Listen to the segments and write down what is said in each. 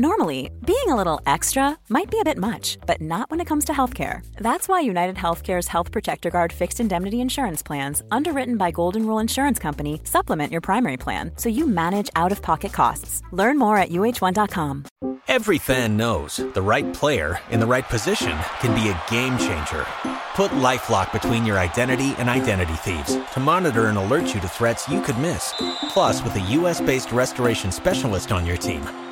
Normally, being a little extra might be a bit much, but not when it comes to healthcare. That's why United Healthcare's Health Protector Guard fixed indemnity insurance plans, underwritten by Golden Rule Insurance Company, supplement your primary plan so you manage out of pocket costs. Learn more at uh1.com. Every fan knows the right player in the right position can be a game changer. Put LifeLock between your identity and identity thieves to monitor and alert you to threats you could miss. Plus, with a US based restoration specialist on your team,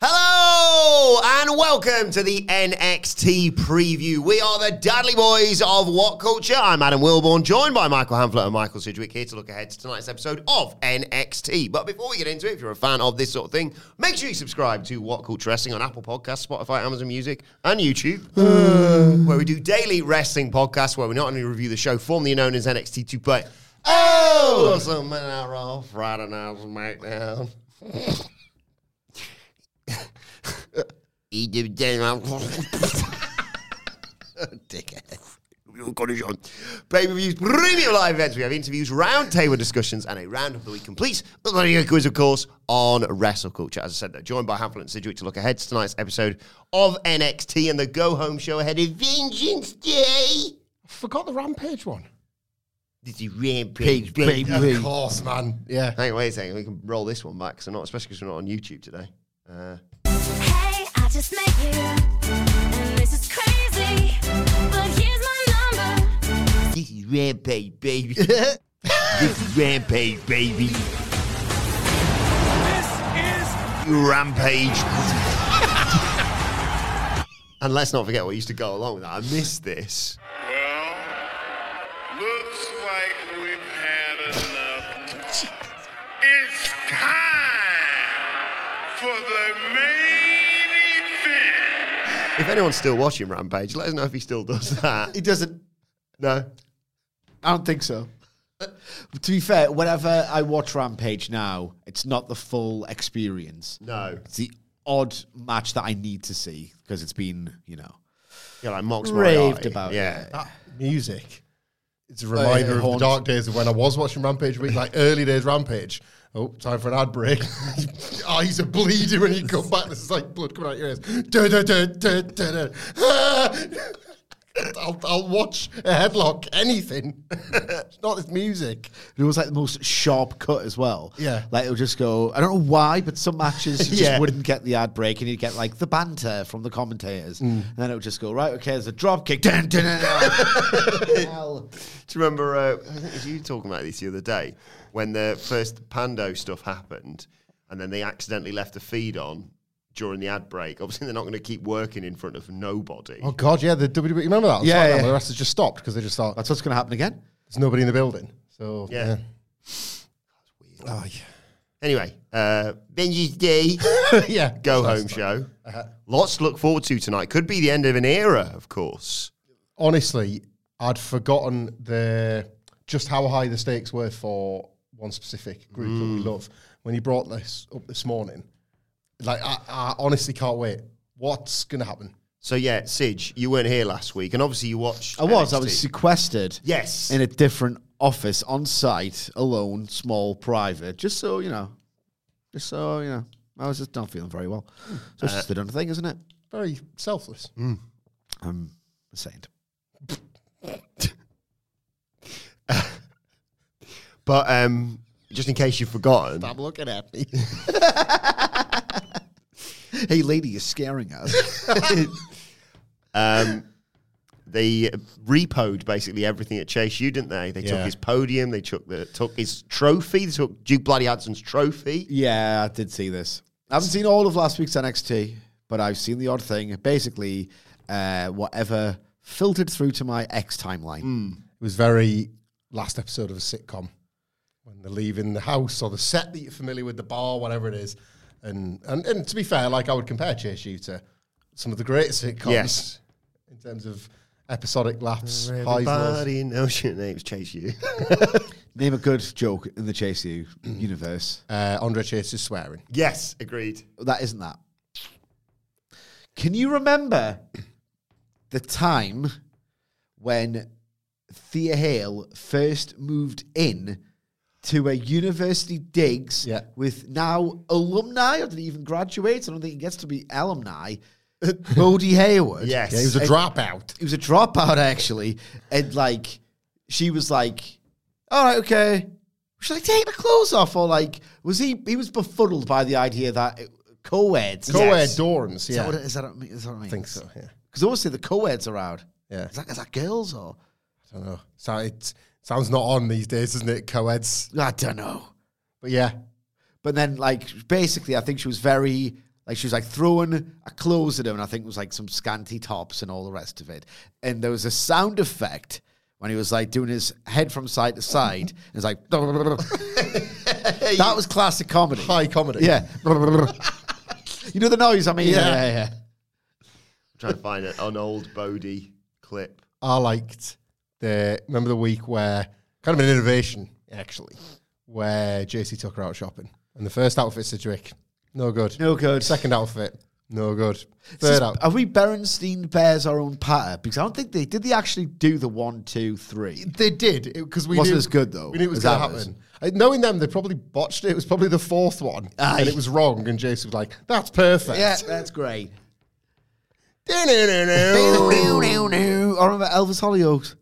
Hello and welcome to the NXT preview. We are the Dudley Boys of What Culture. I'm Adam Wilborn, joined by Michael Hamflet and Michael Sidgwick here to look ahead to tonight's episode of NXT. But before we get into it, if you're a fan of this sort of thing, make sure you subscribe to What Culture Wrestling on Apple Podcasts, Spotify, Amazon Music, and YouTube, where we do daily wrestling podcasts where we not only review the show formerly known as NXT 2 but Oh, something out of Friday night SmackDown. Egypt, Denmark. Oh, Dickhead. Pay per views, premium live events. We have interviews, roundtable discussions, and a round of the week complete. with a quiz, of course, on wrestle culture. As I said, they're joined by Hamlet and Sidgwick to look ahead to tonight's episode of NXT and the go home show ahead of Vengeance Day. Forgot the Rampage one. Did you rampage? Of course, man. Yeah. Hang on, wait a second. We can roll this one back because I'm not, especially because we're not on YouTube today. Uh, Hey, I just met you, and this is crazy. But here's my number. This is Rampage, baby. this is Rampage, baby. This is Rampage. and let's not forget what used to go along with that. I missed this. Well, looks like we've had enough. it's time for the main event. If anyone's still watching Rampage, let us know if he still does that. He doesn't. No. I don't think so. But to be fair, whenever I watch Rampage now, it's not the full experience. No. It's the odd match that I need to see because it's been, you know, You're like Mox raved Moriarty. about. Yeah. that music. It's a reminder of haunts. the dark days of when I was watching Rampage Week, like early days Rampage. Oh, time for an ad break. Eyes are bleeding when you come back. This is like blood coming out your ears. Da, da, da, da, da, da. Ah! I'll, I'll watch a headlock, anything. It's Not this music. It was like the most sharp cut as well. Yeah. Like it would just go, I don't know why, but some matches you Yeah. just wouldn't get the ad break and you'd get like the banter from the commentators. And then it would just go, right, okay, there's a drop kick. Mm. Dun, dun, dun, dun. Hell. Do you remember? Uh, I think it was you talking about this the other day when the first Pando stuff happened, and then they accidentally left the feed on during the ad break. Obviously, they're not going to keep working in front of nobody. Oh, God, yeah, the WWE. Remember that? It was Yeah, like that, yeah. where The rest has just stopped because they just thought, That's what's going to happen again. there's nobody in the building. So, Yeah. yeah. Oh, Anyway, uh, Benji's Day yeah. yeah. go home show. Uh-huh. Lots to look forward to tonight. Could be the end of an era, of course. honestly, I'd forgotten the just how high the stakes were for one specific group that Mm. we love. When he brought this up this morning, like I, I honestly can't wait. What's gonna happen? So yeah, Sige, you weren't here last week, and obviously you watched. I was. I NXT. was sequestered. Yes. In a different office on site, alone, small, private, just so, you know, just so, you know, I was just not feeling very well. So it's just the done thing, isn't it? Very selfless. I'm a saint. But um, just in case you've forgotten, I'm looking at me. hey, lady, you're scaring us. um, they repoed basically everything at Chase U, didn't they? They took Yeah. his podium, they took the took his trophy, they took Duke Bloody Hudson's trophy. yeah, I did see this. I haven't seen all of last week's NXT, but I've seen the odd thing. Basically, uh, whatever filtered through to my X timeline. It was very last episode of a sitcom when they're leaving the house or the set that you're familiar with, the bar, whatever it is. And and, and to be fair, like I would compare Chase U to some of the great sitcoms Yes. in terms of episodic laughs, highs, lows. Everybody knows your name's Chase U. Name a good joke in the Chase U universe. Uh, Andre Chase is swearing. Yes, agreed. That isn't that. Can you remember the time when Thea Hale first moved in to a university digs Yeah. with now alumni, or did he even graduate? I don't think he gets to be alumni. Bodie Hayward. Yes. Yeah, he was a And- dropout. he was a dropout actually, and like she was like, "All right, okay." Should I take my clothes off, or like was he? He was befuddled by the idea that it- co-eds. Co-ed Yes. dorms, Is yeah. that what it- is that what it mean- is that what it I means? think so, yeah. Because obviously the co-eds are out. Yeah. Is that, is that girls or I don't know. So it sounds not on these days, doesn't it? Co-eds. I don't know. But yeah. But then, like, basically, I think she was very, like, she was like throwing her clothes at him, and I think it was like some scanty tops and all the rest of it. And there was a sound effect when he was like doing his head from side to side. And it's like, that was classic comedy. High comedy. Yeah. you know the noise I mean? Yeah. yeah. I'm trying to find it. An old Bodie clip. I liked the remember the week where kind of an innovation actually, where JC took her out shopping, and the first outfit Sidgwick, no good. No good. Second outfit, no good. This is- Third outfit. Are we Berenstein Bears our own patter? Because I don't think they did. They actually do the one, two, three. They did because we Wasn't knew, as good, though, We knew it was as going to ours. happen. I- knowing them, they probably botched it. It was probably the fourth one, Aye. and it was wrong. And JC was like, "That's perfect." Yeah, that's great. Yeah. I remember Elvis Hollyoaks.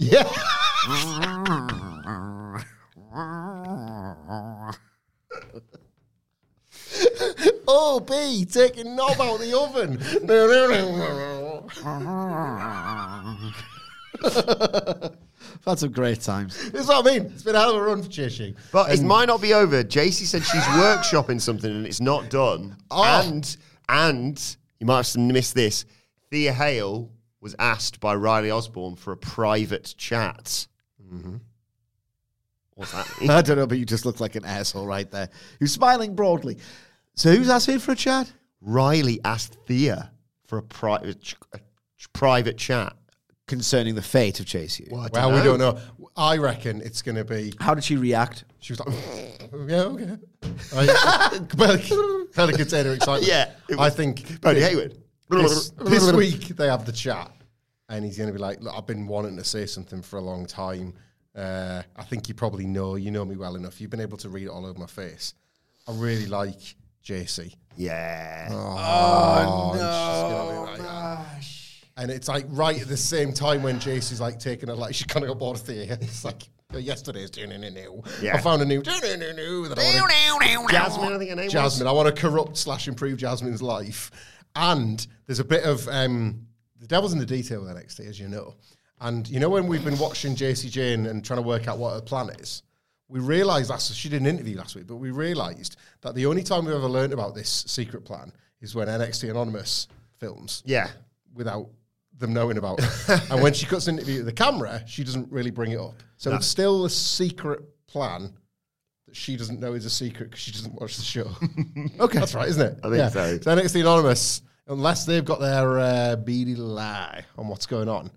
oh, B taking knob out the oven. That's some great times. That's what I mean. It's been a hell of a run for Cheshire. But it might not be over. JC said she's workshopping something and it's not done. Oh. And and you might have missed this. Thea Hale was asked by Riley Osborne for a private chat. What's that? mean? Mm-hmm. I don't know, but you just look like an asshole right there. Who's smiling broadly. So who's asking for a chat? Riley asked Thea for a private ch- a ch- private chat. Concerning the fate of Chase U. I Well, we don't know. I reckon it's going to be. How did she react? She was like, yeah, okay. I, kind of container excitement. Yeah, it I was- think Bodie thi- Hayward. This, this week they have the chat, and he's going to be like, "Look, I've been wanting to say something for a long time. Uh, I think you probably know. You know me well enough. You've been able to read it all over my face. I really like JC." Yeah. Oh, it's just gonna be like that. And it's like right at the same time when Jacey's like taking a like she kind of got bored of theatre. It's like "Oh, yesterday's do no no no. Yeah. I found a new do no no no that I wanna- Jasmine, I think her name was. Jasmine. I want to corrupt slash improve Jasmine's life. And there's a bit of um, the devil's in the detail with NXT, as you know. And you know when we've been watching JC Jane and trying to work out what her plan is, we realised last she did an interview last week, but we realised that the only time we've ever learned about this secret plan is when NXT Anonymous films Yeah. without them knowing about it. and when she cuts an interview to the camera, she doesn't really bring it up. So it's still a secret plan that she doesn't know is a secret because she doesn't watch the show. okay. That's right, isn't it? I think so. So NXT Anonymous, unless they've got their uh, beady lie on what's going on,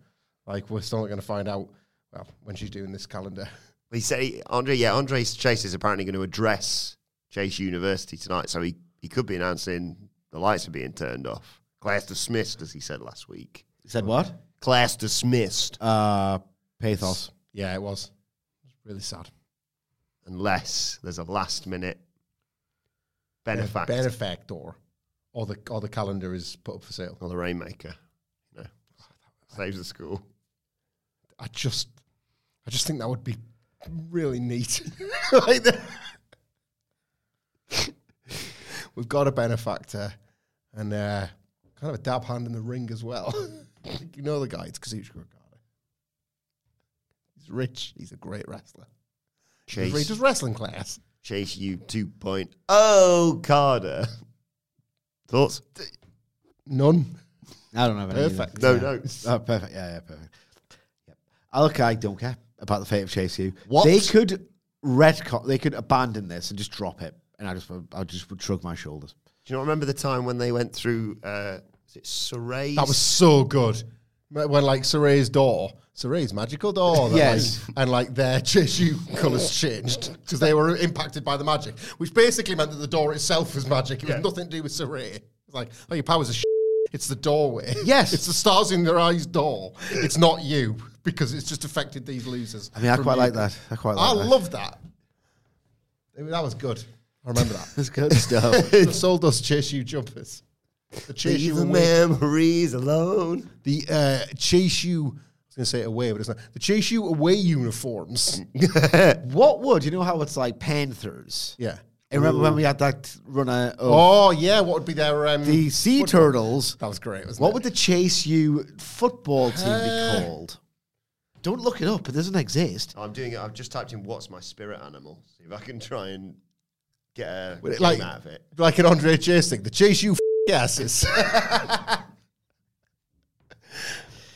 like we're still not going to find out, well, when she's doing this calendar. He said he- Andre. Yeah, Andre Chase is apparently going to address Chase University tonight, so he, he could be announcing the lights are being turned off. Class dismissed, as he said last week. Said what? Class dismissed, Uh, pathos. Yeah, it was. It was really sad. unless there's a last minute benefactor Benefactor. Or the, or the calendar is put up for sale. or the Rainmaker. You know, saves the school. I just, I just think that would be really neat. Like the- We've got a benefactor and uh, kind of a dab hand in the ring as well. you know the guy, it's Kazuchika Okada. He's rich. He's a great wrestler. He's rich. Chase Does wrestling class. Chase U oh. 2.0 Carter. Thoughts? None. I don't know. Perfect. No yeah. notes. Oh, perfect. Yeah, yeah, perfect. Yep. I Look, I don't care about the fate of Chase U. What? They could retcon, they could abandon this and just drop it. And I just, would- I just would shrug my shoulders. Do you not remember the time when they went through? Uh, is it Surrey? That was so good. Ma- When like Saray's door, Saray's magical door, that, Yes. like- and like their tissue colours changed because they were impacted by the magic, which basically meant that the door itself was magic. It was nothing to do with Saray. It's like, oh, your powers are. Sh-. It's the doorway. Yes. it's the stars in their eyes door. It's not you because it's just affected these losers. I mean, I from quite you. like that. I quite like I that. love that. I mean, That was good. I remember that. That's good stuff. It sold us chase you jumpers. The chase you Leave the away. memories alone. The uh, chase you. I was going to say away, but it's not. The chase you away uniforms. what would you know how it's like panthers? yeah. I remember when we had that runner of Oh yeah. What would be their um, the sea what- turtles. That was great. Wasn't What it? would the Chase U football team Uh, be called? Don't look it up. It doesn't exist. I'm doing it. I've just typed in "What's my spirit animal." See if I can try and get a Would it, game like out of it. like an Andre Chase thing? The chase you f- asses.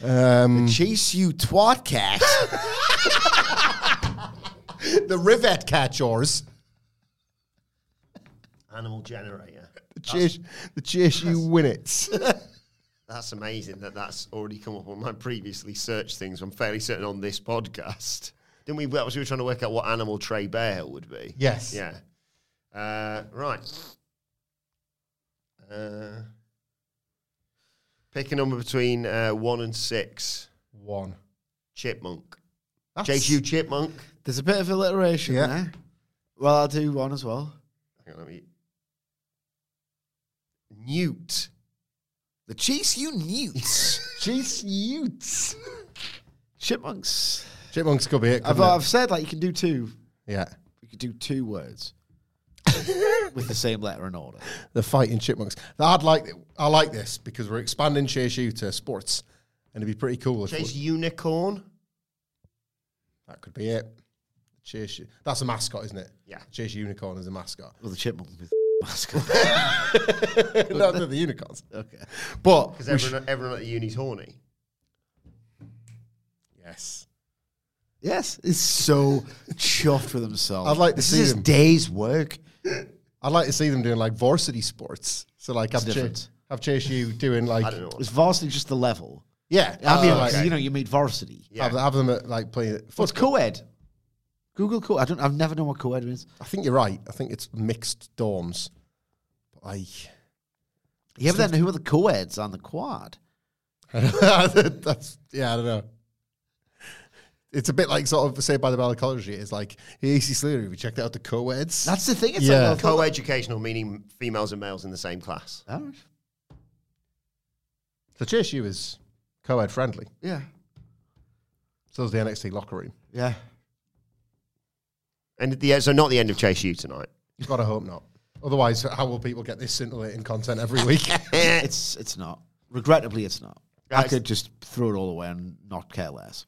um, Chase U twatcat. the rivet catchers. Animal generator. The chase. The chase you winnets. That's amazing that that's already come up on my previously searched things. I'm fairly certain on this podcast. Didn't we? That was we were trying to work out what animal Trey Bear would be. Yes. Yeah. Uh, right. Uh, pick a number between uh, one and six. One. Chipmunk. That's- JQ Chipmunk. There's a bit of alliteration Yeah. there. Well, I'll do one as well. Hang on, let me. Newt. The Chase U newts. Chase Utes. Chipmunks. Chipmunks could be it. I've, couldn't uh, it? I've said like you can do two. yeah. You could do two words with the same letter in order. The fighting chipmunks. I'd like I like this because we're expanding Chase U to sports. And it'd be pretty cool if Chase we- Unicorn. that could be it. Chase U. That's a mascot, isn't it? Yeah. Chase Unicorn is a mascot. Well, the chipmunk with mascot. no, they're the unicorns. Okay. But Because we should- everyone, everyone at the uni's horny. yes. Yes, it's so chuffed with himself. I'd like to this see is them. his day's work. I'd like to see them doing like varsity sports. So like have different. Chase, have Chase U doing I like don't know. What Is varsity just the level? yeah. I mean, uh, like, 'cause, you know, you meet varsity. have, have them at, like playing football. What's co-ed? Google co. I don't. I've never known what co-ed means. I think you're right. I think it's mixed dorms. But like Yeah, but then who are the co-eds on the quad? That's yeah, I don't know. It's a bit like sort of say by the Bell College. It's like AC Sleary. We checked out the co-eds. That's the thing. It's Yeah. like oh, well, co-ed. Co-educational meaning females and males in the same class. All right. the JSU is co-ed friendly. Yeah. So is the NXT locker room. Yeah. And at the end- so not the end of Chase U tonight. Gotta hope not. Otherwise, how will people get this scintillating content every week? It's it's not. Regrettably, it's not. I Guys. could just throw it all away and not care less.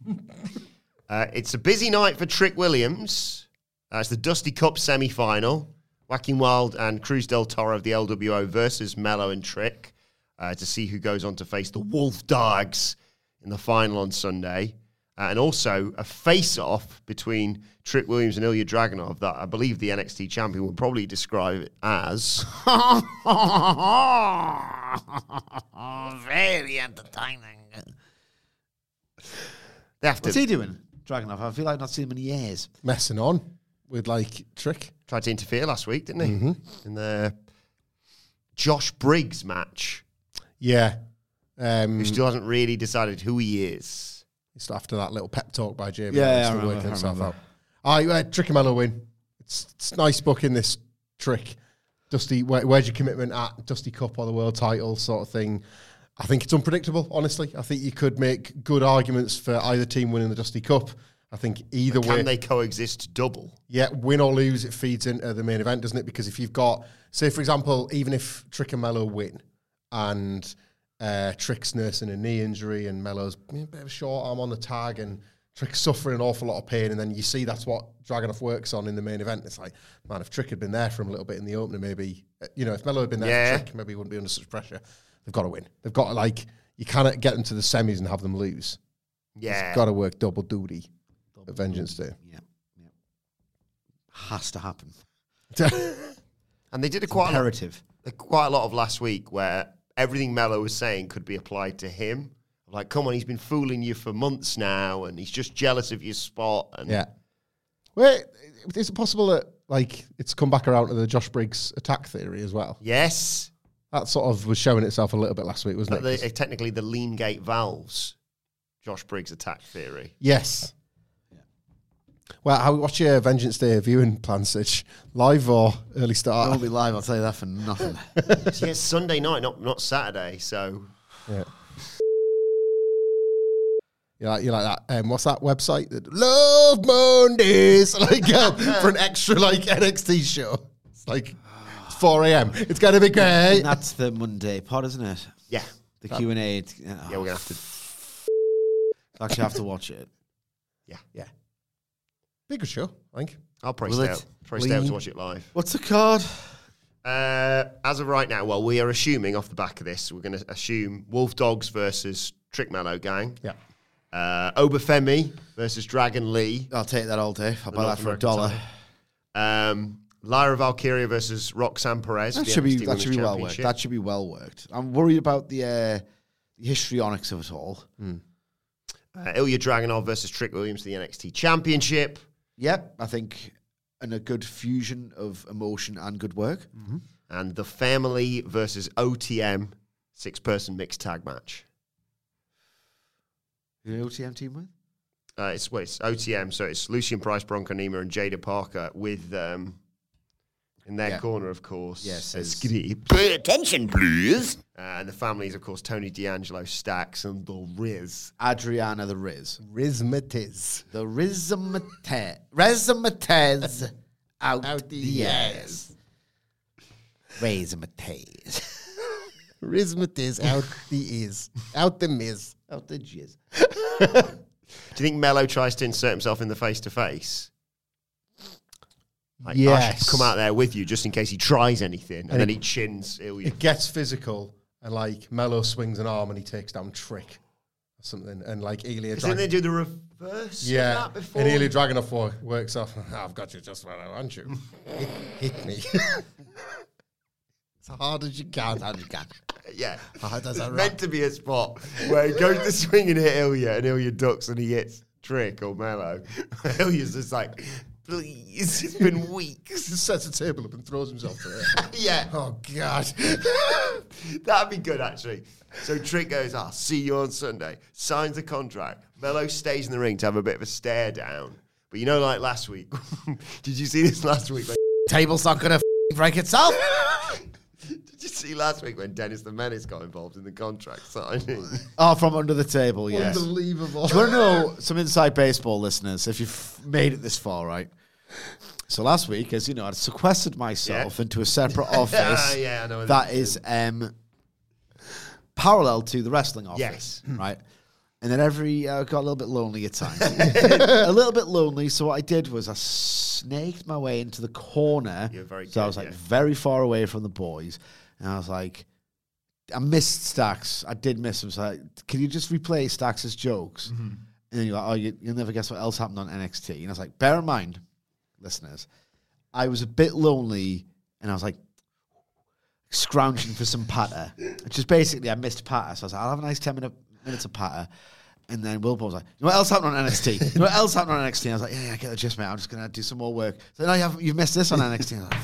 Uh, it's a busy night for Trick Williams. Uh, it's the Dusty Cup semi final. Whacking Wild and Cruz del Toro of the LWO versus Mello and Trick uh, to see who goes on to face the Wolf Dogs in the final on Sunday. Uh, and also a face off between Trick Williams and Ilya Dragunov that I believe the NXT champion would probably describe it as. Very entertaining. They have What's to he doing? Dragunov. I feel like I've not seen him in years. Messing on with like trick. try to interfere last week, didn't he? In the Josh Briggs match. Yeah. Um, who still hasn't really decided who he is. it's after that little pep talk by JB. Yeah, he's I still remember, working I himself out. remember. I uh, trick him, Mello win. It's, it's nice booking this trick. Dusty, where, where's your commitment at? Dusty Cup or the world title sort of thing. I think it's unpredictable, honestly. I think you could make good arguments for either team winning the Dusty Cup. I think either Can way, they coexist double? yeah, win or lose, it feeds into the main event, doesn't it? Because if you've got, say, for example, even if Trick and Mello win and uh, Trick's nursing a knee injury and Mello's a bit of a short arm on the tag and Trick's suffering an awful lot of pain, and then you see that's what Dragonoff works on in the main event. It's like, man, if Trick had been there for him a little bit in the opener, maybe, uh, you know, if Mello had been there Yeah. for Trick, maybe he wouldn't be under such pressure. They've got to win. They've got to, like, you cannot get them to the semis and have them lose. Yeah. Got to work double duty. at Vengeance Day. Yeah. yeah. Has to happen. And they did a quite a, Imperative. quite a lot of last week where everything Mello was saying could be applied to him. Like, come on, he's been fooling you for months now, and he's just jealous of your spot. And Yeah. Wait, is it possible that like it's come back around to the Josh Briggs attack theory as well? yes, That sort of was showing itself a little bit last week, wasn't but it? the, uh, technically the lean gate valves. Josh Briggs attack theory. yes. Well, how what's your Vengeance Day viewing plan, Sitch? Live or early I start? won't be live. I'll tell you that for nothing. It's yeah, Sunday night, not not Saturday. So Yeah. You like, you like that? Um, what's that website? That Love Mondays, like um, for an extra like NXT show. It's like it's four a.m. It's gonna be great. And that's the Monday pod, isn't it? yeah, The Q and A. Oh. yeah, we're gonna have to. actually have to watch it. Yeah, Yeah, be a good show. I think. I'll probably Will stay it out. Probably stay out lean? to watch it live. What's the card? Uh, as of right now, well, we are assuming off the back of this, we're going to assume Wolf Dogs versus Trick Mallow Gang. Yeah. Uh, Obafemi versus Dragon Lee. I'll take that all day. I'll buy North that for a American dollar. title. Um, Lyra Valkyria versus Roxanne Perez. for That the should be NXT that should be Women's well worked. Championship. That should be well worked. I'm worried about the uh, the histrionics of it all. Uh, Ilya Dragunov versus Trick Williams for the NXT Championship. Yep, I think and a good fusion of emotion and good work. And The Family versus OTM six person mixed tag match. You know, OTM team with Uh, it's, well, it's OTM, so it's Lucian Price, Bronco Nima, and Jada Parker with um, in their Yeah. corner, of course. Yes, as it's- Giddy. Pay attention, please. Uh, and the family is, of course, Tony D'Angelo, Stacks, and The Riz. Adriana the Riz, Rizmatiz. the Riz Matez out, Out the the ass. Riz Matez Rizmatiz out the ears. Out the miz. out the jizz. Do you think Mello tries to insert himself in the face to face? Like, I should Yes. come out there with you just in case he tries anything, and, And then it- he chins Ilya. It gets physical and like Mello swings an arm and he takes down Trick or something. And like Ilya Didn't they Dragunov. do the reverse? of Yeah. that before? And Ilya Dragunov wo- works off. I've got you just when I want you. hit, hit me. as hard as you can. As hard as you can. yeah, Hard as There's a meant rock. to be a spot where he goes to swing and hit Ilya, and Ilya ducks and he hits Trick or Mello. Ilya's just like, please, it's been weeks. Sets a table up and throws himself to it. yeah. oh, God. That'd be good, actually. So Trick goes, I'll see you on Sunday, signs a contract. Mello stays in the ring to have a bit of a stare down. But you know, like last week, did you see this last week? When, Table's not gonna f***ing break itself. did you see last week when Dennis the Menace got involved in the contract signing? Oh, from under the table, yes. Unbelievable. Do you want to know some inside baseball listeners if you've made it this far, right? So last week, as you know, I'd sequestered myself Yeah. into a separate office yeah, I know what that this is um, parallel to the wrestling office, Yes. Hmm. right? And then every uh, got a little bit lonely at times, a little bit lonely. So what I did was I snaked my way into the corner. You're very so I good, was like yeah. very far away from the boys, and I was like, I missed Stacks. I did miss him. So I, can you just replay Stax's jokes? Mm-hmm. And then you're like, oh, you, you'll never guess what else happened on NXT. And I was like, bear in mind, listeners, I was a bit lonely, and I was like scrounging for some patter. Which is basically, I missed patter. So I was like, I'll have a nice 10 minute, minutes of patter. And then Wilbur was like, you know what else happened on NXT? You know what else happened on NXT? And I was like, yeah, yeah, I get the gist, mate. I'm just going to do some more work. So no, you have, you've missed this on NXT. And I was like,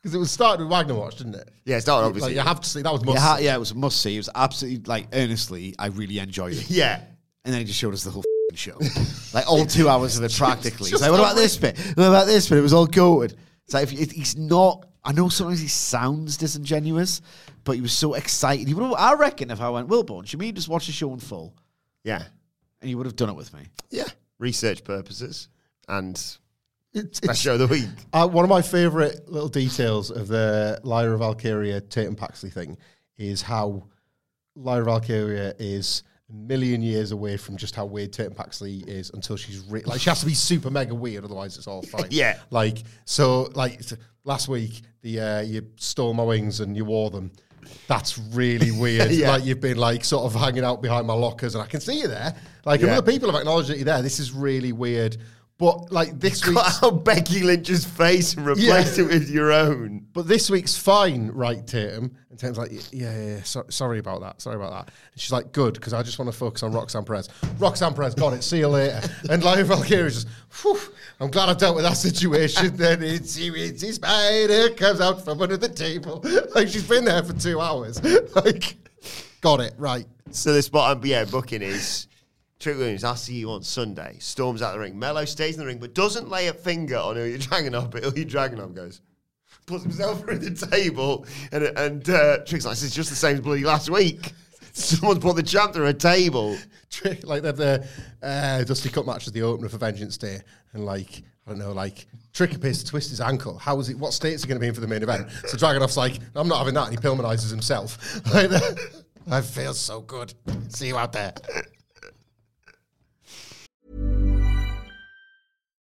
Because it was started with Wagner Watch, didn't it? Yeah, it's not Like, obviously. you have to see. That was must. yeah, ha- yeah, it was a must see. It was absolutely, like, earnestly, I really enjoyed it. yeah. And then he just showed us the whole f***ing show. like all two hours of it practically. He's like, what about this bit? What about this bit? It was all goated. It's like, if, if he's not, I know sometimes he sounds disingenuous, but he was so excited. He would have, I reckon if I went, Wilborn, should we just watch the show in full? Yeah. And you would have done it with me. Yeah. Research purposes and It's, best it's show of the week. Uh, one of my favourite little details of the Lyra Valkyria Tatum Paxley thing is how Lyra Valkyria is a million years away from just how weird Tatum Paxley is until she's re- like she has to be super mega weird, otherwise it's all fine. Yeah. Like so, like s- last week the uh, you stole my wings and you wore them. That's really weird. Yeah. Like you've been like sort of hanging out behind my lockers, and I can see you there. Like if Yeah. other people have acknowledged that you're there. This is really weird. But like this week's Cut out Becky Lynch's face and replace Yeah. it with your own. But this week's fine, right, Tatum? And Tatum's like, yeah, yeah, yeah so, sorry about that, sorry about that. And she's like, good, because I just want to focus on Roxanne Perez. Roxanne Perez, got it, see you later. and Lion Valkyria's just, whew, I'm glad I dealt with that situation. then it's you, it's a spider comes out from under the table. like, she's been there for two hours. like, got it, right. So this bottom, yeah, booking is Trick Williams. I'll see you on Sunday. Storms out the ring. Mello stays in the ring, but doesn't lay a finger on who you're dragging up. But who you're dragging up goes. Puts himself through the table, and and uh, Trick's like, "This is just the same as bloody last week. Someone's put the champ through a table." Trick, like they're the uh, Dusty Cup match as the opener for Vengeance Day, and like I don't know, like Trick appears to twist his ankle. How is it? What state is he going to be in for the main event? So Dragonoff's like, I'm not having that, and he pilmanizes himself. Like, I feel so good. See you out there.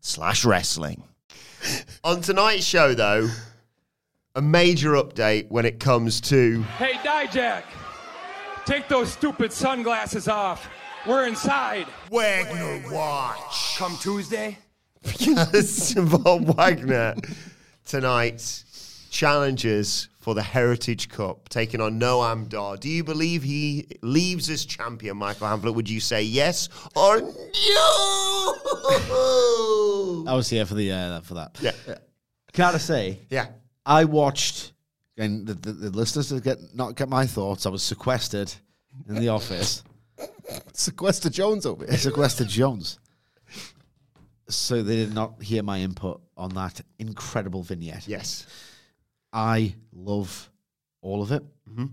slash wrestling. On tonight's show, though, a major update when it comes to... Hey, Dijak, take those stupid sunglasses off. We're inside. Wagner Watch. Come Tuesday. Yes, Von Wagner tonight's challenges for the Heritage Cup, taking on Noam Dar. Do you believe he leaves as champion, Michael Hamlet? Would you say yes or no? I was here for the uh, for that. yeah, Can I just say, yeah. I watched, and the, the, the listeners to get not get my thoughts. I was sequestered in the office. Sequester Jones over here. sequestered Jones. So they did not hear my input on that incredible vignette. Yes. I love all of it. Mm-hmm.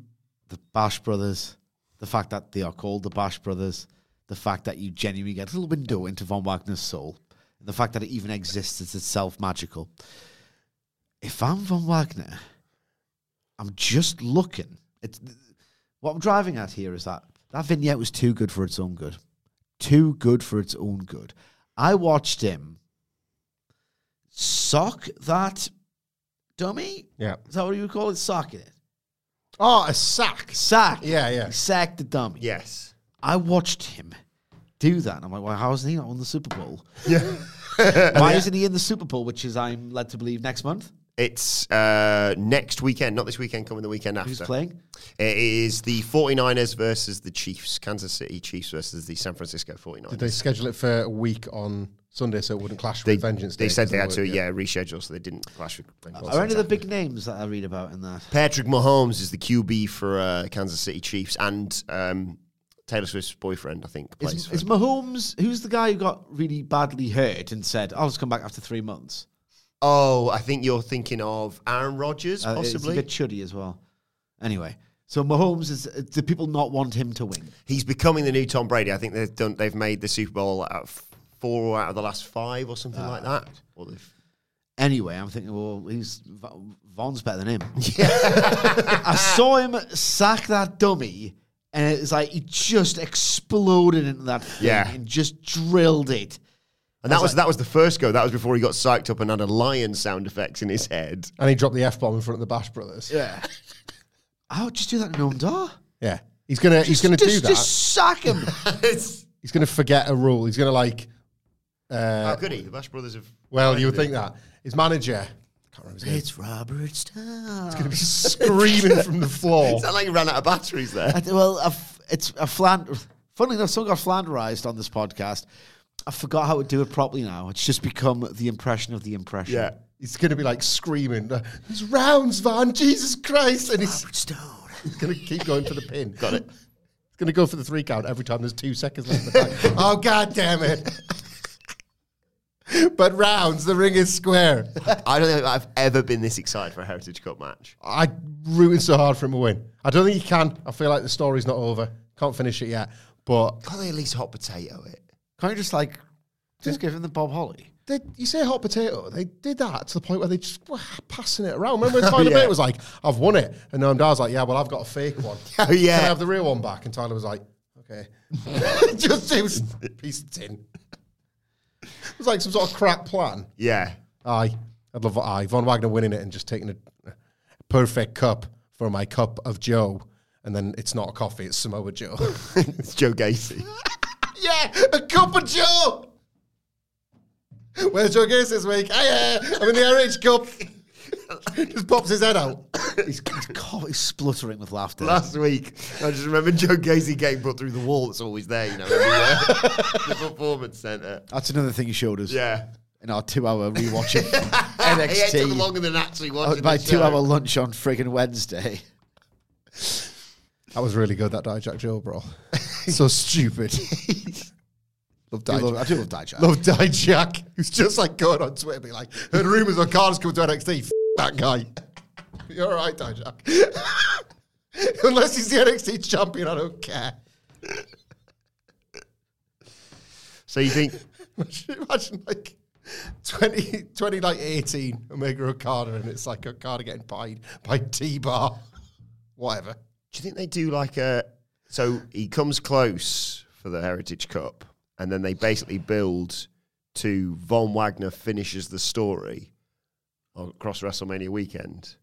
The Bash Brothers, the fact that they are called the Bash Brothers, the fact that you genuinely get a little window into Von Wagner's soul, and the fact that it even exists is itself magical. If I'm Von Wagner, I'm just looking. It's what I'm driving at here is that that vignette was too good for its own good, too good for its own good. I watched him sock that dummy. Yeah. Is that what you would call it? Socking it. Oh, a sack. Sack. Yeah, yeah. He sacked the dummy. Yes. I watched him do that. And I'm like, well, how isn't he not on the Super Bowl? Yeah. Why isn't he in the Super Bowl, which is, I'm led to believe, next month? It's uh, next weekend, not this weekend, coming the weekend after. Who's playing? It is the 49ers versus the Chiefs, Kansas City Chiefs versus the San Francisco 49ers. Did they schedule it for a week on Sunday so it wouldn't clash They- with Vengeance Day? they said they had Because to, it would, yeah, reschedule so they didn't clash with. Are any of the big names that I read about in that? Patrick Mahomes is the QB for uh, Kansas City Chiefs, and um, Taylor Swift's boyfriend, I think, plays Is, for. is Mahomes, who's the guy who got really badly hurt and said, I'll just come back after three months? oh, I think you're thinking of Aaron Rodgers, Uh, possibly. He's a bit chuddy as well. Anyway, so Mahomes is, uh, do people not want him to win? He's becoming the new Tom Brady. I think they've done. They've made the Super Bowl out of four out of the last five, or something like Ah. that. Or they've- Anyway, I'm thinking, well, he's Va- Vaughn's better than him. I saw him sack that dummy, and it's like he just exploded into that thing Yeah. and just drilled it. and that was that was the first go. That was before he got psyched up and had a lion sound effects in his head. And he dropped the F bomb in front of the Bash Brothers. Yeah. I would just do that to Noam Dar. Yeah. He's gonna he's gonna just, do that. Just sack him. It's- he's going to forget a rule. He's going to like. How Uh, could he? The Bash Brothers have. well, you would think that his manager. I can't remember his name. It's Robert Starr. He's screaming from the floor. It's not like he ran out of batteries there. I d- well, I've, it's a flan. Funnily enough, someone got flanderized on this podcast. I forgot how to do it properly now. It's just become the impression of the impression. Yeah. He's going to be like screaming, it's rounds, Van, Jesus Christ. And he's, he's going to keep going for the pin. Got it. He's going to go for the three count every time there's two seconds left. Like, oh, God damn it. but rounds, the ring is square. I don't think I've ever been this excited for a Heritage Cup match. I rooting so hard for him to win. I don't think he can. I feel like the story's not over. Can't finish it yet. But Can't they at least hot potato it? Can't you just like just give him the Bob Holly? they, you say hot potato, they did that to the point where they just were passing it around. Remember when Tyler yeah. Bate was like, I've won it. And Noam Dar was like, yeah, well, I've got a fake one. Oh, yeah. Can I have the real one back? And Tyler was like, okay. just it was a piece of tin. It was like some sort of crap plan. Yeah. Aye. I'd love aye. Von Wagner winning it and just taking a perfect cup for my cup of Joe. And then it's not a coffee, it's Samoa Joe. it's Joe Gacy. yeah, a cup of Joe. Where's Joe Gacy this week? Hey, uh, I'm in the RH Cup. Just pops his head out. He's, he's, co- he's spluttering with laughter. Last week, I just remember Joe Gacy getting put through the wall that's always there, you know, everywhere. the performance centre. That's another thing he showed us Yeah. in our two-hour rewatching He ate up NXT. longer than actually uh, wanted. My the show. two-hour lunch on friggin' Wednesday. That was really good, that Die Jack Joe, bro. so stupid. love I Die do love, I Jack. do love Die Jack. Love Die Jack, who's just like going on Twitter, be like, heard rumours of cards coming to NXT. F- that guy. You're all right, Die Jack. Unless he's the NXT champion, I don't care. So you think Imagine like 20, 20 like 18, Omega Okada, and it's like Okada getting pied by T Bar. Whatever. Do you think they do like a? So he comes close for the Heritage Cup, and then they basically build to Von Wagner finishes the story across WrestleMania weekend.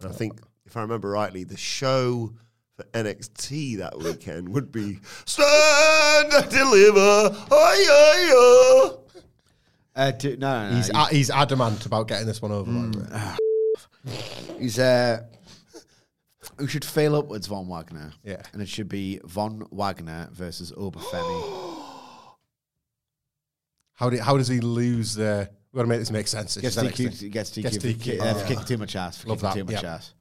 And I think, if I remember rightly, the show for NXT that weekend would be Stand and Deliver. Ay, ay, oh. Uh, do, no, no, no, He's, a, he's adamant about getting this one over. by the Mm. way. He's uh we should fail upwards Von Wagner. Yeah. And it should be Von Wagner versus Oberfemi. How, do, how does he lose the. We've got to make this make sense. It's gets just NXT. DQ gets DQ Gets for, ki- DQ. uh, for Oh. kicking too much ass. For Love kicking that, too much yeah. ass.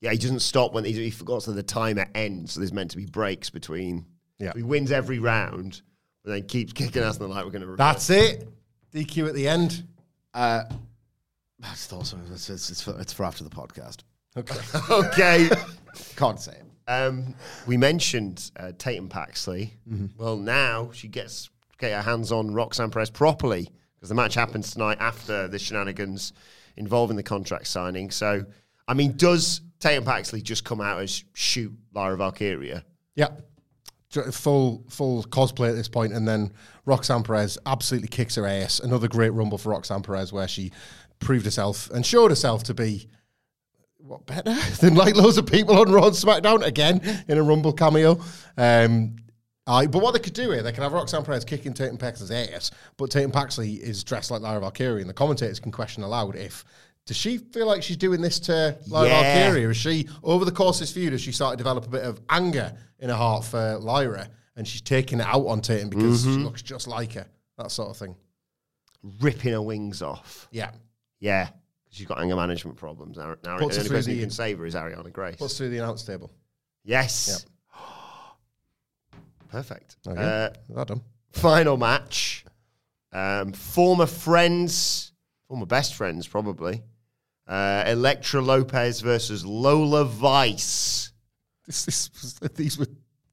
Yeah, he doesn't stop when he, he forgets that the timer ends, so there's meant to be breaks between. Yeah. He wins every round, and then keeps kicking us, and they're like, we're going to. That's it. DQ at the end. Uh that's also it's, it's, it's, for, it's for after the podcast. Okay. Okay. Can't say it. Um, we mentioned uh, Tatum Paxley. Well, now she gets get her hands on Roxanne Perez properly because the match happens tonight after the shenanigans involving the contract signing. So, I mean, does Tatum Paxley just come out as shoot Lyra Valkyria? yeah. Ju- Full full cosplay at this point, and then Roxanne Perez absolutely kicks her ass. Another great rumble for Roxanne Perez, where she proved herself and showed herself to be what better than like loads of people on Raw and SmackDown again in a Rumble cameo. Um, I, but what they could do here, they can have Roxanne Perez kicking Tatum Paxley's ass, but Tatum Paxley is dressed like Lyra Valkyrie, and the commentators can question aloud if does she feel like she's doing this to Lyra Yeah. Valkyrie? Is she over the course of this feud has she started to develop a bit of anger in her heart for Lyra, and she's taking it out on Tatum because she looks just like her, that sort of thing. Ripping her wings off. Yeah, Yeah. She's got anger management problems. Now, now the Puts her only through person who the- can save her is Ariana Grace. what's through the announce table? yes. Perfect. Okay. Uh, Is that done? final match. Um, former friends, former best friends, probably. Uh, Electra Lopez versus Lola Vice. This, this was, these were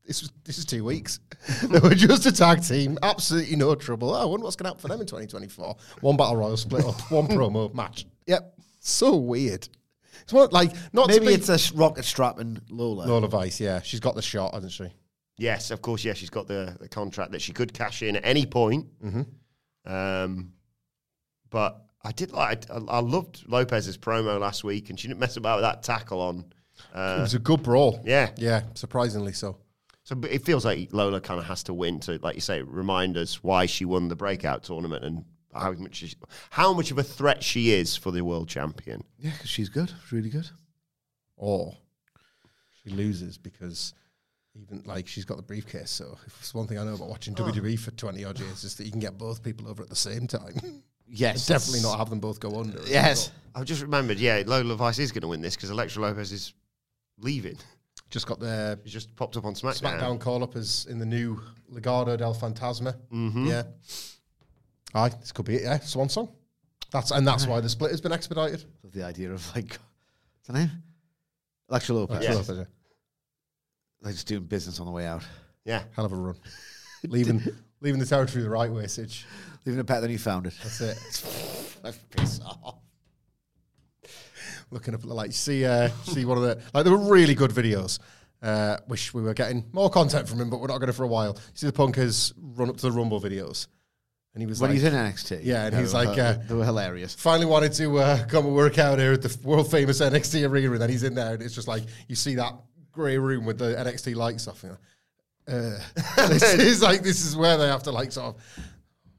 this was this is two weeks. they were just a tag team, absolutely no trouble. Oh, I wonder what's going to happen for them in 2024. One battle royal split up, one promo match. Yep, so weird. It's not like not to Maybe be- it's a sh- rocket strap and Lola. Lola Vice. Yeah, she's got the shot, hasn't she? Uh, Yes, of course. Yeah, she's got the, the contract that she could cash in at any point. Mm-hmm. Um, but I did like. I, I loved Lopez's promo last week, and she didn't mess about with that tackle on. it was a good brawl. Yeah. yeah, surprisingly so. So but it feels like Lola kind of has to win to, like you say, remind us why she won the breakout tournament and how much she, how much of a threat she is for the world champion. Yeah, because she's good, really good. or she loses because even like she's got the briefcase. So if it's one thing I know about Oh. watching WWE for twenty odd years is that you can get both people over at the same time. Yes, Definitely not have them both go under. as a Yes, result. I've just remembered, yeah, Lola Vice is going to win this because Electra Lopez is leaving. just got their She just popped up on SmackDown. SmackDown call up as in the new Legado del Fantasma. Mm-hmm. Yeah, aye, this could be it. Yeah, Swan Song. That's and that's why the split has been expedited. Love the idea of like, what's her name? Electra Lopez. Yes. Hell They're just doing business on the way out. Yeah. of a run. leaving leaving the territory the right way, Sitch. Leaving it better than you found it. That's it. I've pissed off. Looking up at the like see uh, see one of the like they were really good videos. Uh, wish we were getting more content from him, but we're not going to for a while. You see the punkers run up to the rumble videos, and he was When like, he's in NXT. Yeah, and they he's were- like, uh, they were hilarious. finally wanted to uh, come and work out here at the world famous NXT arena, and then he's in there, and it's just like you see that grey room with the NXT lights off. You know, uh, this is like this is where they have to like sort of I'm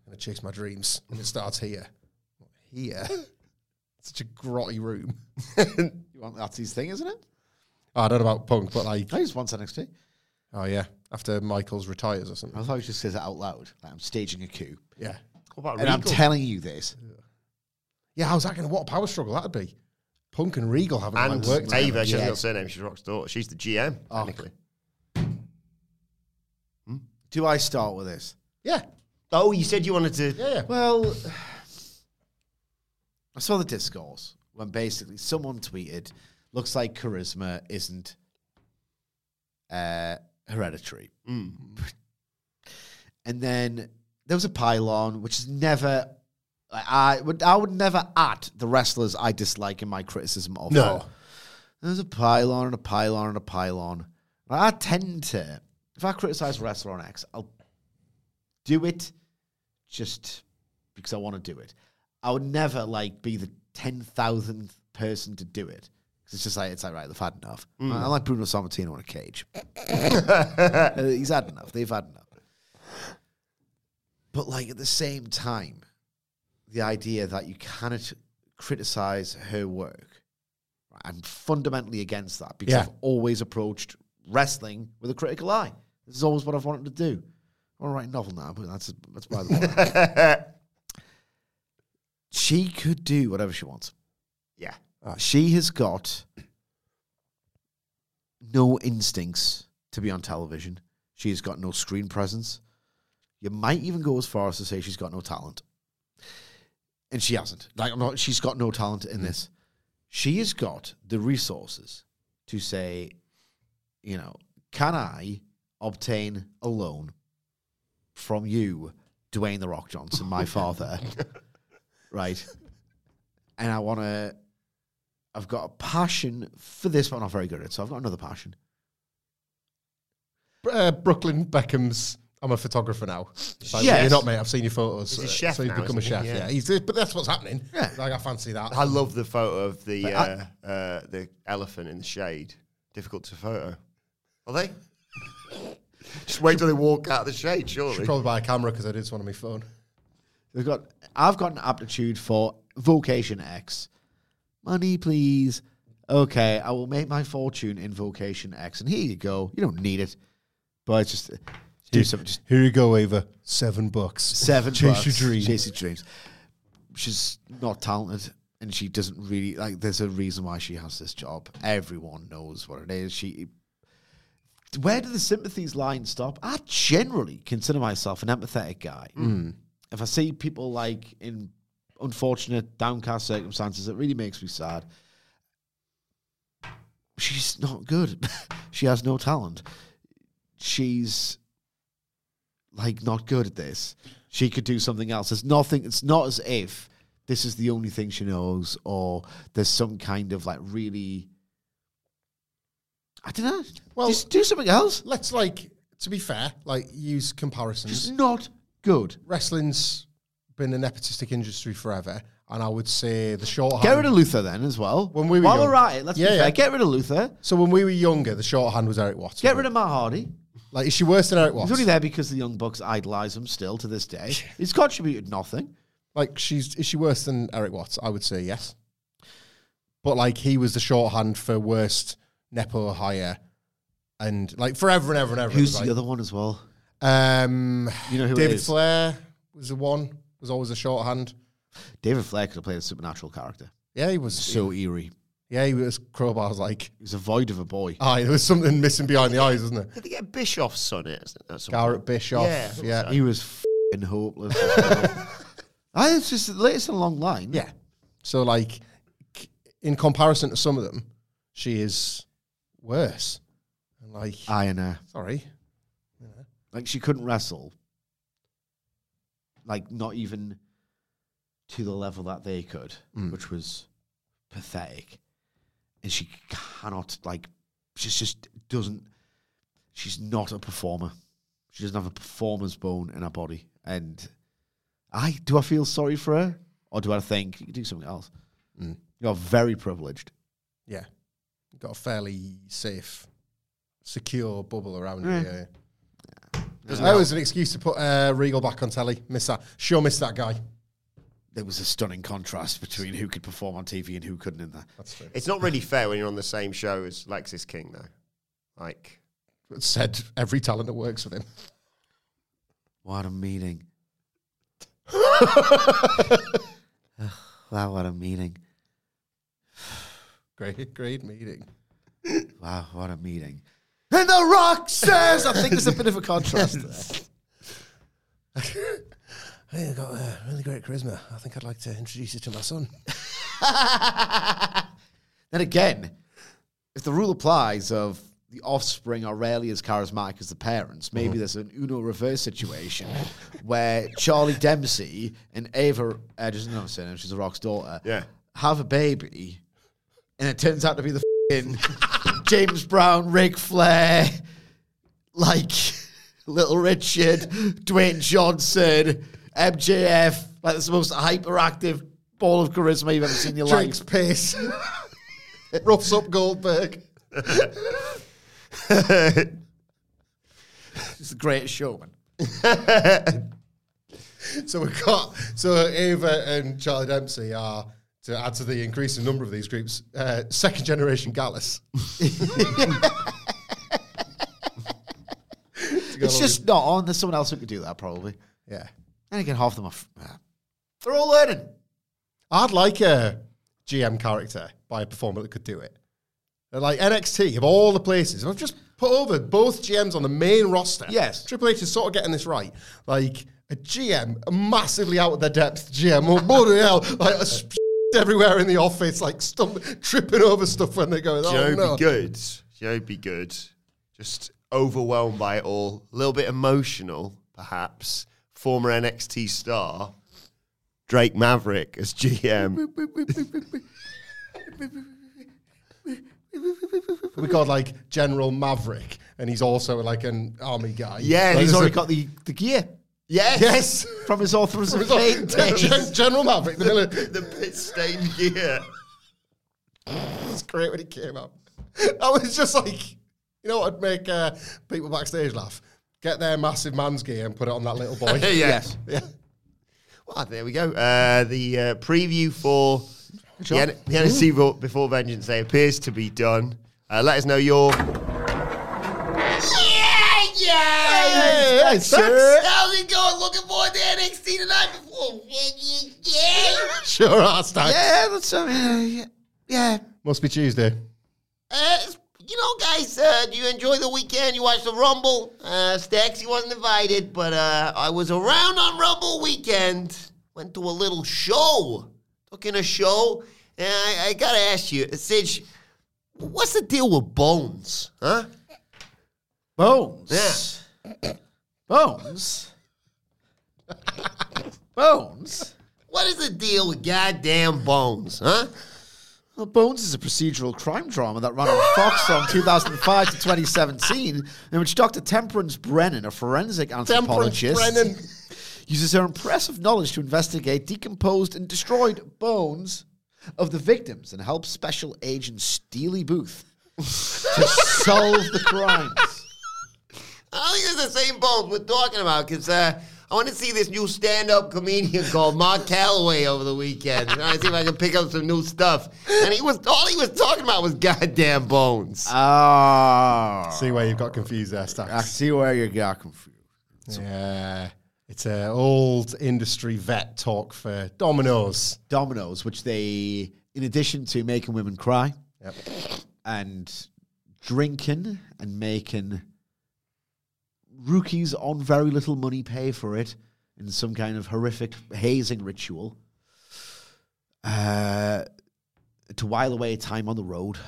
gonna chase my dreams, and it starts here, here. Such a grotty room. Oh, You want, that's his thing, isn't it? I don't know about punk, but like, I just wants NXT. oh yeah, after Michaels retires or I something. thought he just says it out loud. Like, I'm staging a coup, Yeah, What about and I'm Regal? telling you this. yeah. How's that gonna? What a power struggle that'd be. Punk and Regal haven't like, worked and together. Ava, she Yeah. hasn't got a surname, she's Rock's daughter. She's the GM, Oh. technically. Do I start with this? Yeah, Oh, you said you wanted to. yeah, yeah. Well, I saw the discourse when basically someone tweeted, "Looks like charisma isn't uh, hereditary." And then there was a pylon, which is never. I I would I would never add the wrestlers I dislike in my criticism of. No. them. There's a pylon and a pylon and a pylon. And I tend to, if I criticize a wrestler on X, I'll do it just because I want to do it. I would never like be the ten thousandth person to do it. 'Cause It's just like it's like right, they've had enough. I, I like Bruno Sammartino in a cage. Uh, he's had enough. They've had enough. But like at the same time, the idea that you cannot criticize her work, I'm fundamentally against that because Yeah. I've always approached wrestling with a critical eye. This is always what I've wanted to do. I want to write a novel now, but that's that's by the way. she could do whatever she wants. Uh, Yeah. She has got no instincts to be on television. She has got no screen presence. You might even go as far as to say she's got no talent. And she hasn't. Like I'm not she's got no talent in this. She has got the resources to say, you know, can I obtain a loan from you, Dwayne the Rock Johnson, my father? right. And I wanna I've got a passion for this, but I'm not very good at it. So I've got another passion. uh, Brooklyn Beckham's. I'm a photographer now. It's Like, Yes. You're not, mate. I've seen your photos. He's a Uh, chef So you've now, become a isn't chef. he? Yeah. Yeah. He's but that's what's happening. Yeah. Like I fancy that. I love the photo of the But uh, I- uh, the elephant in the shade. Difficult to photo. Are they? Just wait till they walk out of the shade, surely. Should probably buy a camera because I did this one on my phone. We've got I've got an aptitude for vocation X. Money, please. Okay, I will make my fortune in vocation X. And here you go. You don't need it. But it's just do something just Here you go, Ava. Seven bucks. seven Chase bucks, your dream. Chase your dreams. She's not talented and she doesn't really like there's a reason why she has this job. Everyone knows what it is. She where do the sympathies line stop? I generally consider myself an empathetic guy. Hmm. If I see people like in unfortunate, downcast circumstances, it really makes me sad. She's not good. she has no talent. She's like not good at this. She could do something else. There's nothing. It's not as if this is the only thing she knows, or there's some kind of like really. I don't know. Well, Well- just do something else. Let's like to be fair, like use It's comparisons. not good. Wrestling's been an nepotistic industry forever, and I would say the shorthand. Get rid of Luther then as well. When we were While young. we're at it, let's be Yeah, fair. yeah. Get rid of Luther. so when we were younger, the shorthand was Eric Watts. Get rid of Matt Hardy. Like, is she worse than Eric Watts? He's only there because the Young Bucks idolize him still to this day. He's contributed nothing. Like, she's is she worse than Eric Watts? I would say yes. But like, he was the shorthand for worst nepo hire, and like forever and ever and ever. it Who's was the like- other one as well? Um, You know who it David is? Flair was the one. Was always a shorthand. David Flair could have played a supernatural character. Yeah, he was. So eerie. yeah, he was. Crowbar was like, He was a void of a boy. aye, there was something missing behind the eyes, wasn't it? Did they get Bischoff's son in? it? That's all. Garrett Bischoff. Yeah. yeah. He was fing hopeless. I, it's just the latest in a long line. Yeah. So like, c- in comparison to some of them, she is worse. And like, I and uh, her. sorry, Like she couldn't wrestle. Like not even to the level that they could, which was pathetic. And she cannot like she just doesn't she's not a performer. She doesn't have a performer's bone in her body. And I do I feel sorry for her? Or do I think you could do something else? You're very privileged. yeah, got a fairly safe, secure bubble around you. Hmm. Yeah. That was an excuse to put uh, Regal back on telly. Miss that. Sure, miss that guy. There was a stunning contrast between who could perform on TV and who couldn't in that. It's not really fair when you're on the same show as Lexis King, though. Like, Said every talent that works with him. What a meeting. wow, what a meeting. Great, great meeting. Wow, what a meeting. And The Rock says, I think there's a bit of a contrast there. Hey, you've got a really great charisma. I think I'd like to introduce you to my son. Then again, if the rule applies of the offspring are rarely as charismatic as the parents, maybe there's an Uno reverse situation where Charlie Dempsey and Ava, uh, just no, I'm saying she's The Rock's daughter, Yeah. have a baby, and it turns out to be the fing James Brown, Ric Flair, like Little Richard, Dwayne Johnson, MJF, like it's the most hyperactive ball of charisma you've ever seen in your life. Drinks piss. Roughs up Goldberg. It's the greatest showman. So we've got Ah, so Ava and Charlie Dempsey are to add to the increasing number of these groups, uh, second generation Gallus. It's just not on. There's someone else who could do that probably. yeah. And again, half of them are. F- ah. They're all learning. I'd like a GM character by a performer that could do it. And like NXT of all the places, I've just put over both GMs on the main roster. Yes. Triple H is sort of getting this right. Like a GM, a massively out of their depth GM, or bloody hell, like a s- everywhere in the office, like stum- tripping over stuff when they go. Oh, Joe no. be good. Joe be good. Just overwhelmed by it all. A little bit emotional, perhaps. Former NXT star, Drake Maverick as GM. we called like General Maverick, and he's also like an army guy. Yeah, Like, He's there's already a- got the, the gear Yes. yes. from his authors of Pain days. Gen- General Maverick, the mili- The pit stained gear. was great when it came out. I was just like, you know what would make uh, people backstage laugh? Get their massive man's gear and put it on that little boy. Yeah. Yes. Yeah. Well, there we go. Uh, the uh, preview for the, N- the NXT Vo- Before Vengeance Day appears to be done. Uh, let us know your. Yeah, yeah! Hey, hey, sir. How's it going? Looking forward to NXT tonight before Vengeance Day. Sure, ass time. Yeah, that's I mean, uh, yeah. yeah. Must be Tuesday. Uh, you know, guys, uh, do you enjoy the weekend? You watched the Rumble? Uh, Stax, he wasn't invited, but uh, I was around on Rumble weekend. Went to a little show. Took in a show. And I, I gotta ask you, Sage, what's the deal with Bones? Huh? Bones. Yeah. Bones. Bones. What is the deal with goddamn Bones? Huh? Well, Bones is a procedural crime drama that ran on Fox from 2005 to 2017, in which Dr. Temperance Brennan, a forensic anthropologist, Brennan. uses her impressive knowledge to investigate decomposed and destroyed bones of the victims and helps Special Agent Steely Booth to solve the crimes. I I think it's the same Bones we're talking about because uh, I want to see this new stand-up comedian called Mark Calloway over the weekend. And I see if I can pick up some new stuff. And he was all he was talking about was goddamn Bones. Oh. See where you've got confused there, Stacks. I see where you got confused. Yeah. It's an old industry vet talk for dominoes. Dominoes, which they, in addition to making women cry and drinking and making rookies on very little money pay for it in some kind of horrific hazing ritual uh, to while away time on the road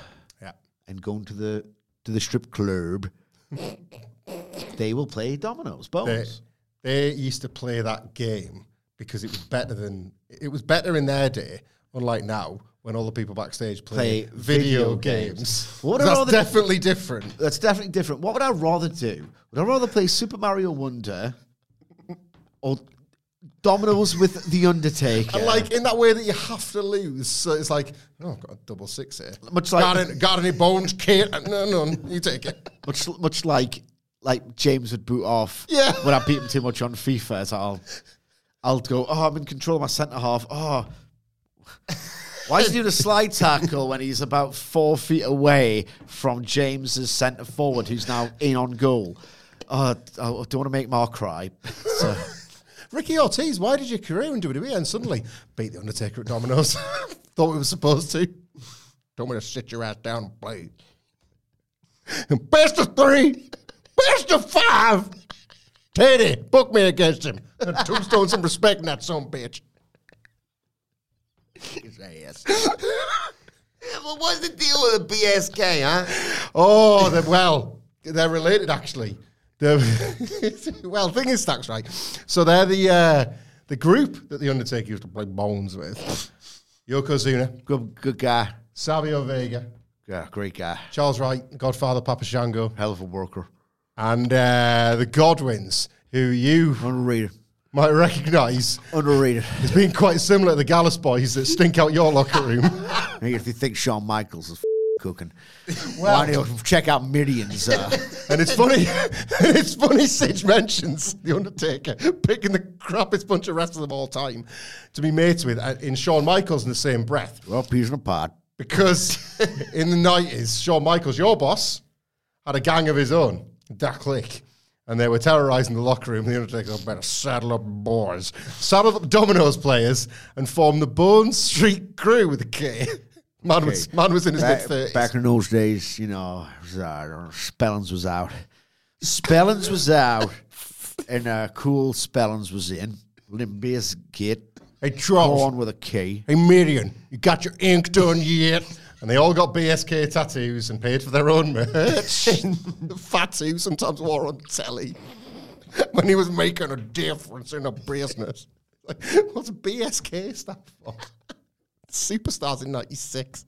Yeah. and going to the to the strip club, they will play dominoes, They, bones. they used to play that game because it was better than it was better in their day, unlike now when all the people backstage play, Play video video, games. games. What are That's all the- definitely different. That's definitely different. What would I rather do? Would I rather play Super Mario Wonder or dominoes with the Undertaker? And like in that way that you have to lose. So it's like, oh, I've got a double six here. Much like- got, any, got any bones, Kate? No, none. You take it. much much like like James would boot off Yeah. when I beat him too much on FIFA. It's like I'll I'll go, oh, I'm in control of my centre half. Oh, why is he doing a slide tackle when he's about four feet away from James's centre forward, who's now in on goal? Oh, I don't want to make Mark cry. So, Ricky Ortiz, why did your career in WWE and suddenly beat the Undertaker at Domino's? Thought we were supposed to. Don't want to sit your ass down and play. Best of three, best of five. Teddy, book me against him. Tombstone some respect in that son of a bitch. His ass. Well, what's the deal with the BSK, huh? Oh, they're, well, they're related actually. They're well, thing is, Stacks right. So they're the uh, the group that the Undertaker used to play bones with. Yokozuna, good, good guy. Savio Vega, Yeah, great guy. Charles Wright, Godfather Papa Shango, Hell of a worker. and uh, the Godwins, who you Underrated. might recognise Underrated. as being quite similar to the Gallus boys that stink out your locker room. if you think Shawn Michaels is f- cooking, why don't you check out Midian's? Uh, And it's funny, it's funny. Sage mentions the Undertaker picking the crappiest bunch of wrestlers of all time to be mates with uh, in Shawn Michaels in the same breath, Well, peas in a pod. because in the nineties, Shawn Michaels, your boss, had a gang of his own, that clique, and they were terrorizing the locker room. The Undertaker said, better saddle up, boys, saddle up Domino's players, and form the Bone Street Crew with a K. Man was man was in his mid Back, thirties. back in those days, you know, it was, uh, I don't know, Spellings was out. Spellings was out, and uh, Cool Spellings was in. Limbius Gate, Hey Oh. Charles, born with a K. Hey, Marion, you got your ink done yet? And they all got BSK tattoos and paid for their own merch. the fat who sometimes wore on telly when he was making a difference in a business. Like, what's BSK stand for? Superstars in 96.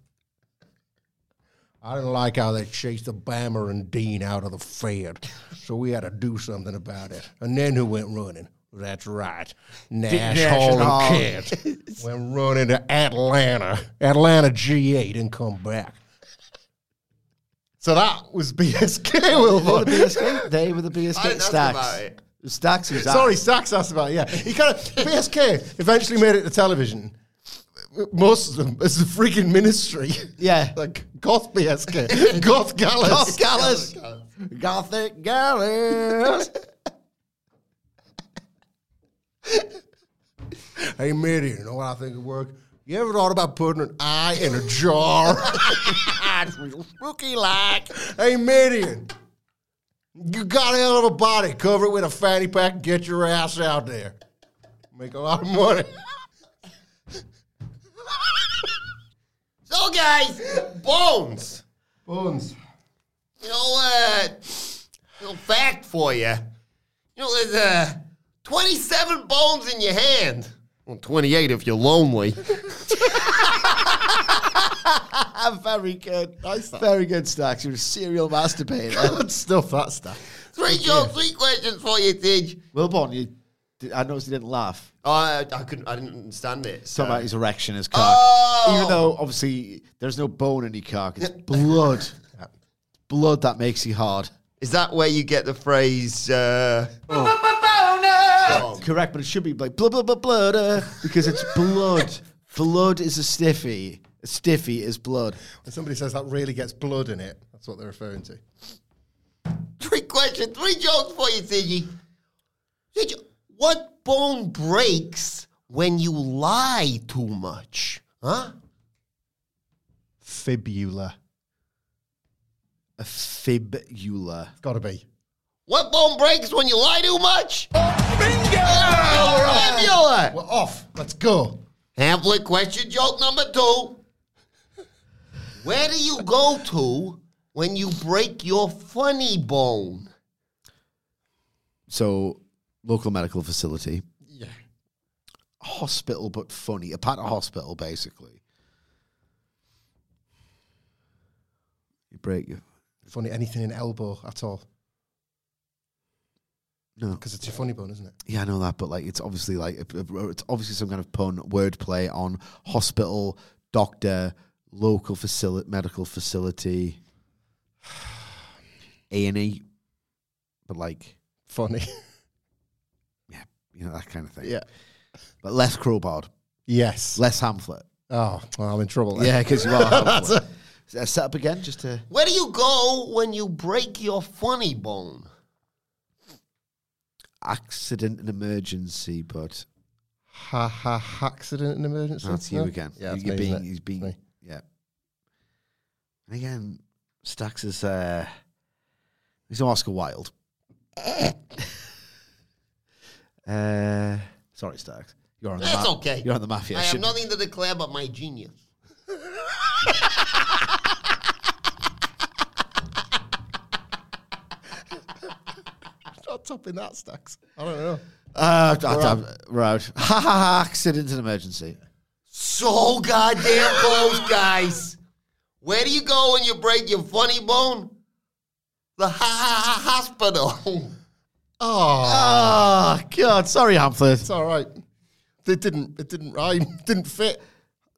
I didn't like how they chased the Bammer and Dean out of the Fed, so we had to do something about it. And then who went running? That's right, Nash, Nash Hall, and Hall. and Kent went running to Atlanta, Atlanta G8, and come back. So that was BSK, Wilbur. BSK, they were the BSK I didn't ask stacks. about it. Stacks was out. Sorry, Stacks asked about it. Yeah, he kind of BSK eventually made it to television. Most of them as the freaking ministry. Yeah. like goth BSK, goth Gallus, Goth Gallus. Gothic Gallus. Hey, Mitty, you know what I think would work? You ever thought about putting an eye in a jar? Spooky like. Hey, Midian, you got a hell of a body. Cover it with a fanny pack and get your ass out there. Make a lot of money. So, guys, Bones. Bones. You know, uh, little fact for you. You know, there's uh, 27 bones in your hand. Well, 28 if you're lonely. Very good. Very good, Stacks. You're a serial masturbator. Good stuff, that stuff. Three jokes, three questions for you, Tidge. Wilborn, you, I noticed you didn't laugh. Oh, I, I couldn't, I didn't understand it. Talking about So. his erection, his cock. Oh! Even though obviously there's no bone in your cock, it's blood. blood that makes you hard. Is that where you get the phrase? Uh, Correct, but it should be like blah blah blah blah da, because it's blood. blood is a stiffy. A stiffy is blood. When somebody says that really gets blood in it, that's what they're referring to. three questions, three jokes for you, Siggy. Siggy, what bone breaks when you lie too much? Huh? Fibula. A fibula. It's got to be. What bone breaks when you lie too much? Oh, We're off. Let's go. Hamlet question joke number two. Where do you go to when you break your funny bone? So, local medical facility. Yeah. Hospital, but funny. A part of hospital, basically. You break your. Funny, anything in elbow at all. No. Because it's your funny bone, isn't it? Yeah, I know that, but like, it's obviously like a- a- it's obviously some kind of pun, wordplay on hospital, doctor, local facility, medical facility, A and E, but like Funny. you know that kind of thing. Yeah. but less crowbarred, Yes. less hamlet. Oh, well, I'm in trouble. Then. Yeah, because you are. hamlet. Uh, Set up again, just to Where do you go when you break your funny bone? accident and emergency, but Ha ha ha! Accident and emergency. that's No? you again. Yeah, you, that's you're me, being, isn't it? he's That's being, me. yeah. And again, Stax is uh, he's Oscar Wilde. uh, sorry, Stax, you're on the That's ma- okay. You're on the mafia. I have shouldn't- nothing to declare but my genius. Not topping that, Stacks. I don't know. Uh, I- I- right, ha ha ha! Accident and emergency. So goddamn close, guys. Where do you go when you break your funny bone? The ha ha ha hospital. Oh, Oh God, sorry, Hamlet. it's all right. It didn't. It didn't rhyme. It didn't fit.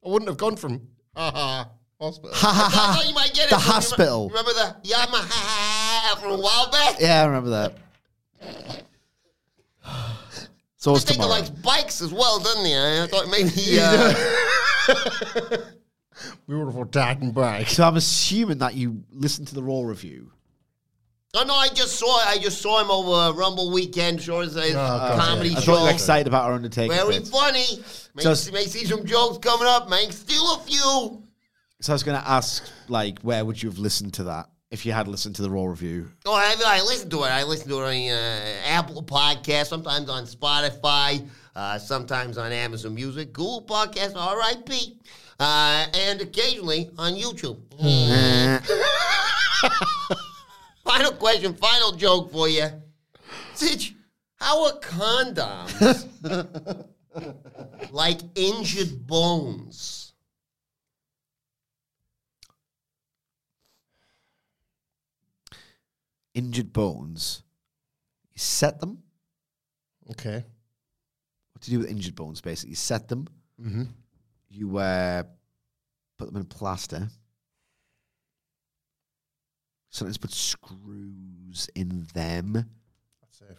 I wouldn't have gone from ha ha hospital. Ha ha I ha! thought you might get it. The from- hospital. Remember the Yamaha from a while back? Yeah, I remember that. so I it's think he tomorrow. likes bikes as well, doesn't he? I thought maybe he, uh, We were all dad and back. so I'm assuming that you listened to the Raw review. Oh no, I just saw I just saw him over Rumble Weekend, sure as a comedy Oh, I show. thought you were excited about our Undertaker. Very bits. funny. May, Just- may see some jokes coming up. May steal a few. So I was going to ask, like, where would you have listened to that if you had listened to the Raw review? Oh, I, I listen to it. I listen to it on uh, Apple Podcast, sometimes on Spotify, uh, sometimes on Amazon Music, Google Podcast, R.I.P., uh, and occasionally on YouTube. final question, final joke for you. Sitch, how are condoms like injured bones? Injured bones. You set them. Okay. What do you do with injured bones? Basically, you set them. Mm-hmm. You uh, put them in plaster. Sometimes put screws in them.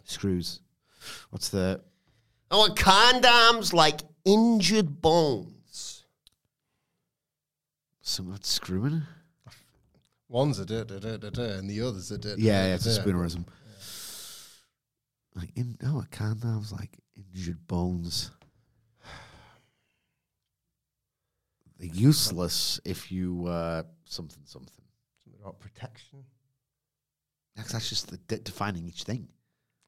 Screws. What's the How are Oh, condoms like injured bones? some that's screwing? One's a da da da da da, and the other's a da. da, Yeah, da, yeah, it's da, a da. spoonerism. Like in, oh, I can't. I was like injured bones. They're useless if you uh, something something. Something about protection. That's, that's just the de- defining each thing.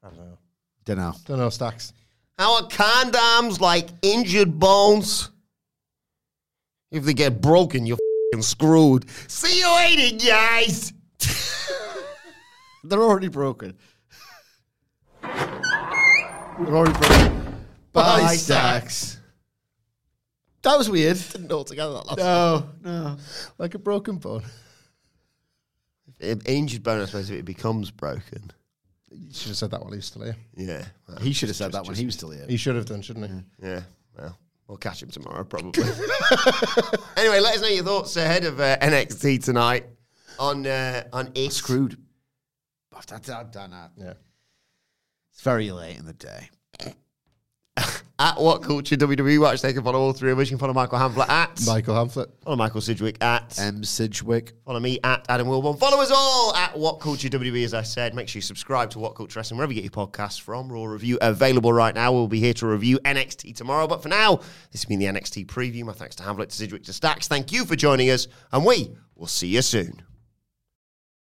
I don't know. Don't know. Don't know, Stacks. How are condoms like injured bones? If they get broken, you're fing screwed. See you later, guys. They're already broken. They're already broken. Bye, Bye, Stacks. That was weird. Didn't know together that last. No, no. Like a broken bone. If injured bone, I suppose, if it becomes broken. You should have said that while he was still here. Yeah. well, He should have said that when he was still here. He should have done, shouldn't he? Yeah. Well, we'll catch him tomorrow, probably. anyway, let us know your thoughts ahead of uh, NXT tonight on uh, on it. Screwed. Bye. soft. I've, I've done that. Yeah. It's very late in the day. At What Culture WWE Watch, they can follow all three of us. You can follow Michael Hamflet at. Michael Hamflet. Follow Michael Sidgwick at. M. Sidgwick. Follow me at Adam Wilborn. Follow us all at What Culture WB, as I said. Make sure you subscribe to What Culture Wrestling, wherever you get your podcasts from. Raw Review available right now. We'll be here to review NXT tomorrow. But for now, this has been the NXT preview. My thanks to Hamlet, to Sidgwick, to Stacks. Thank you for joining us, and we will see you soon.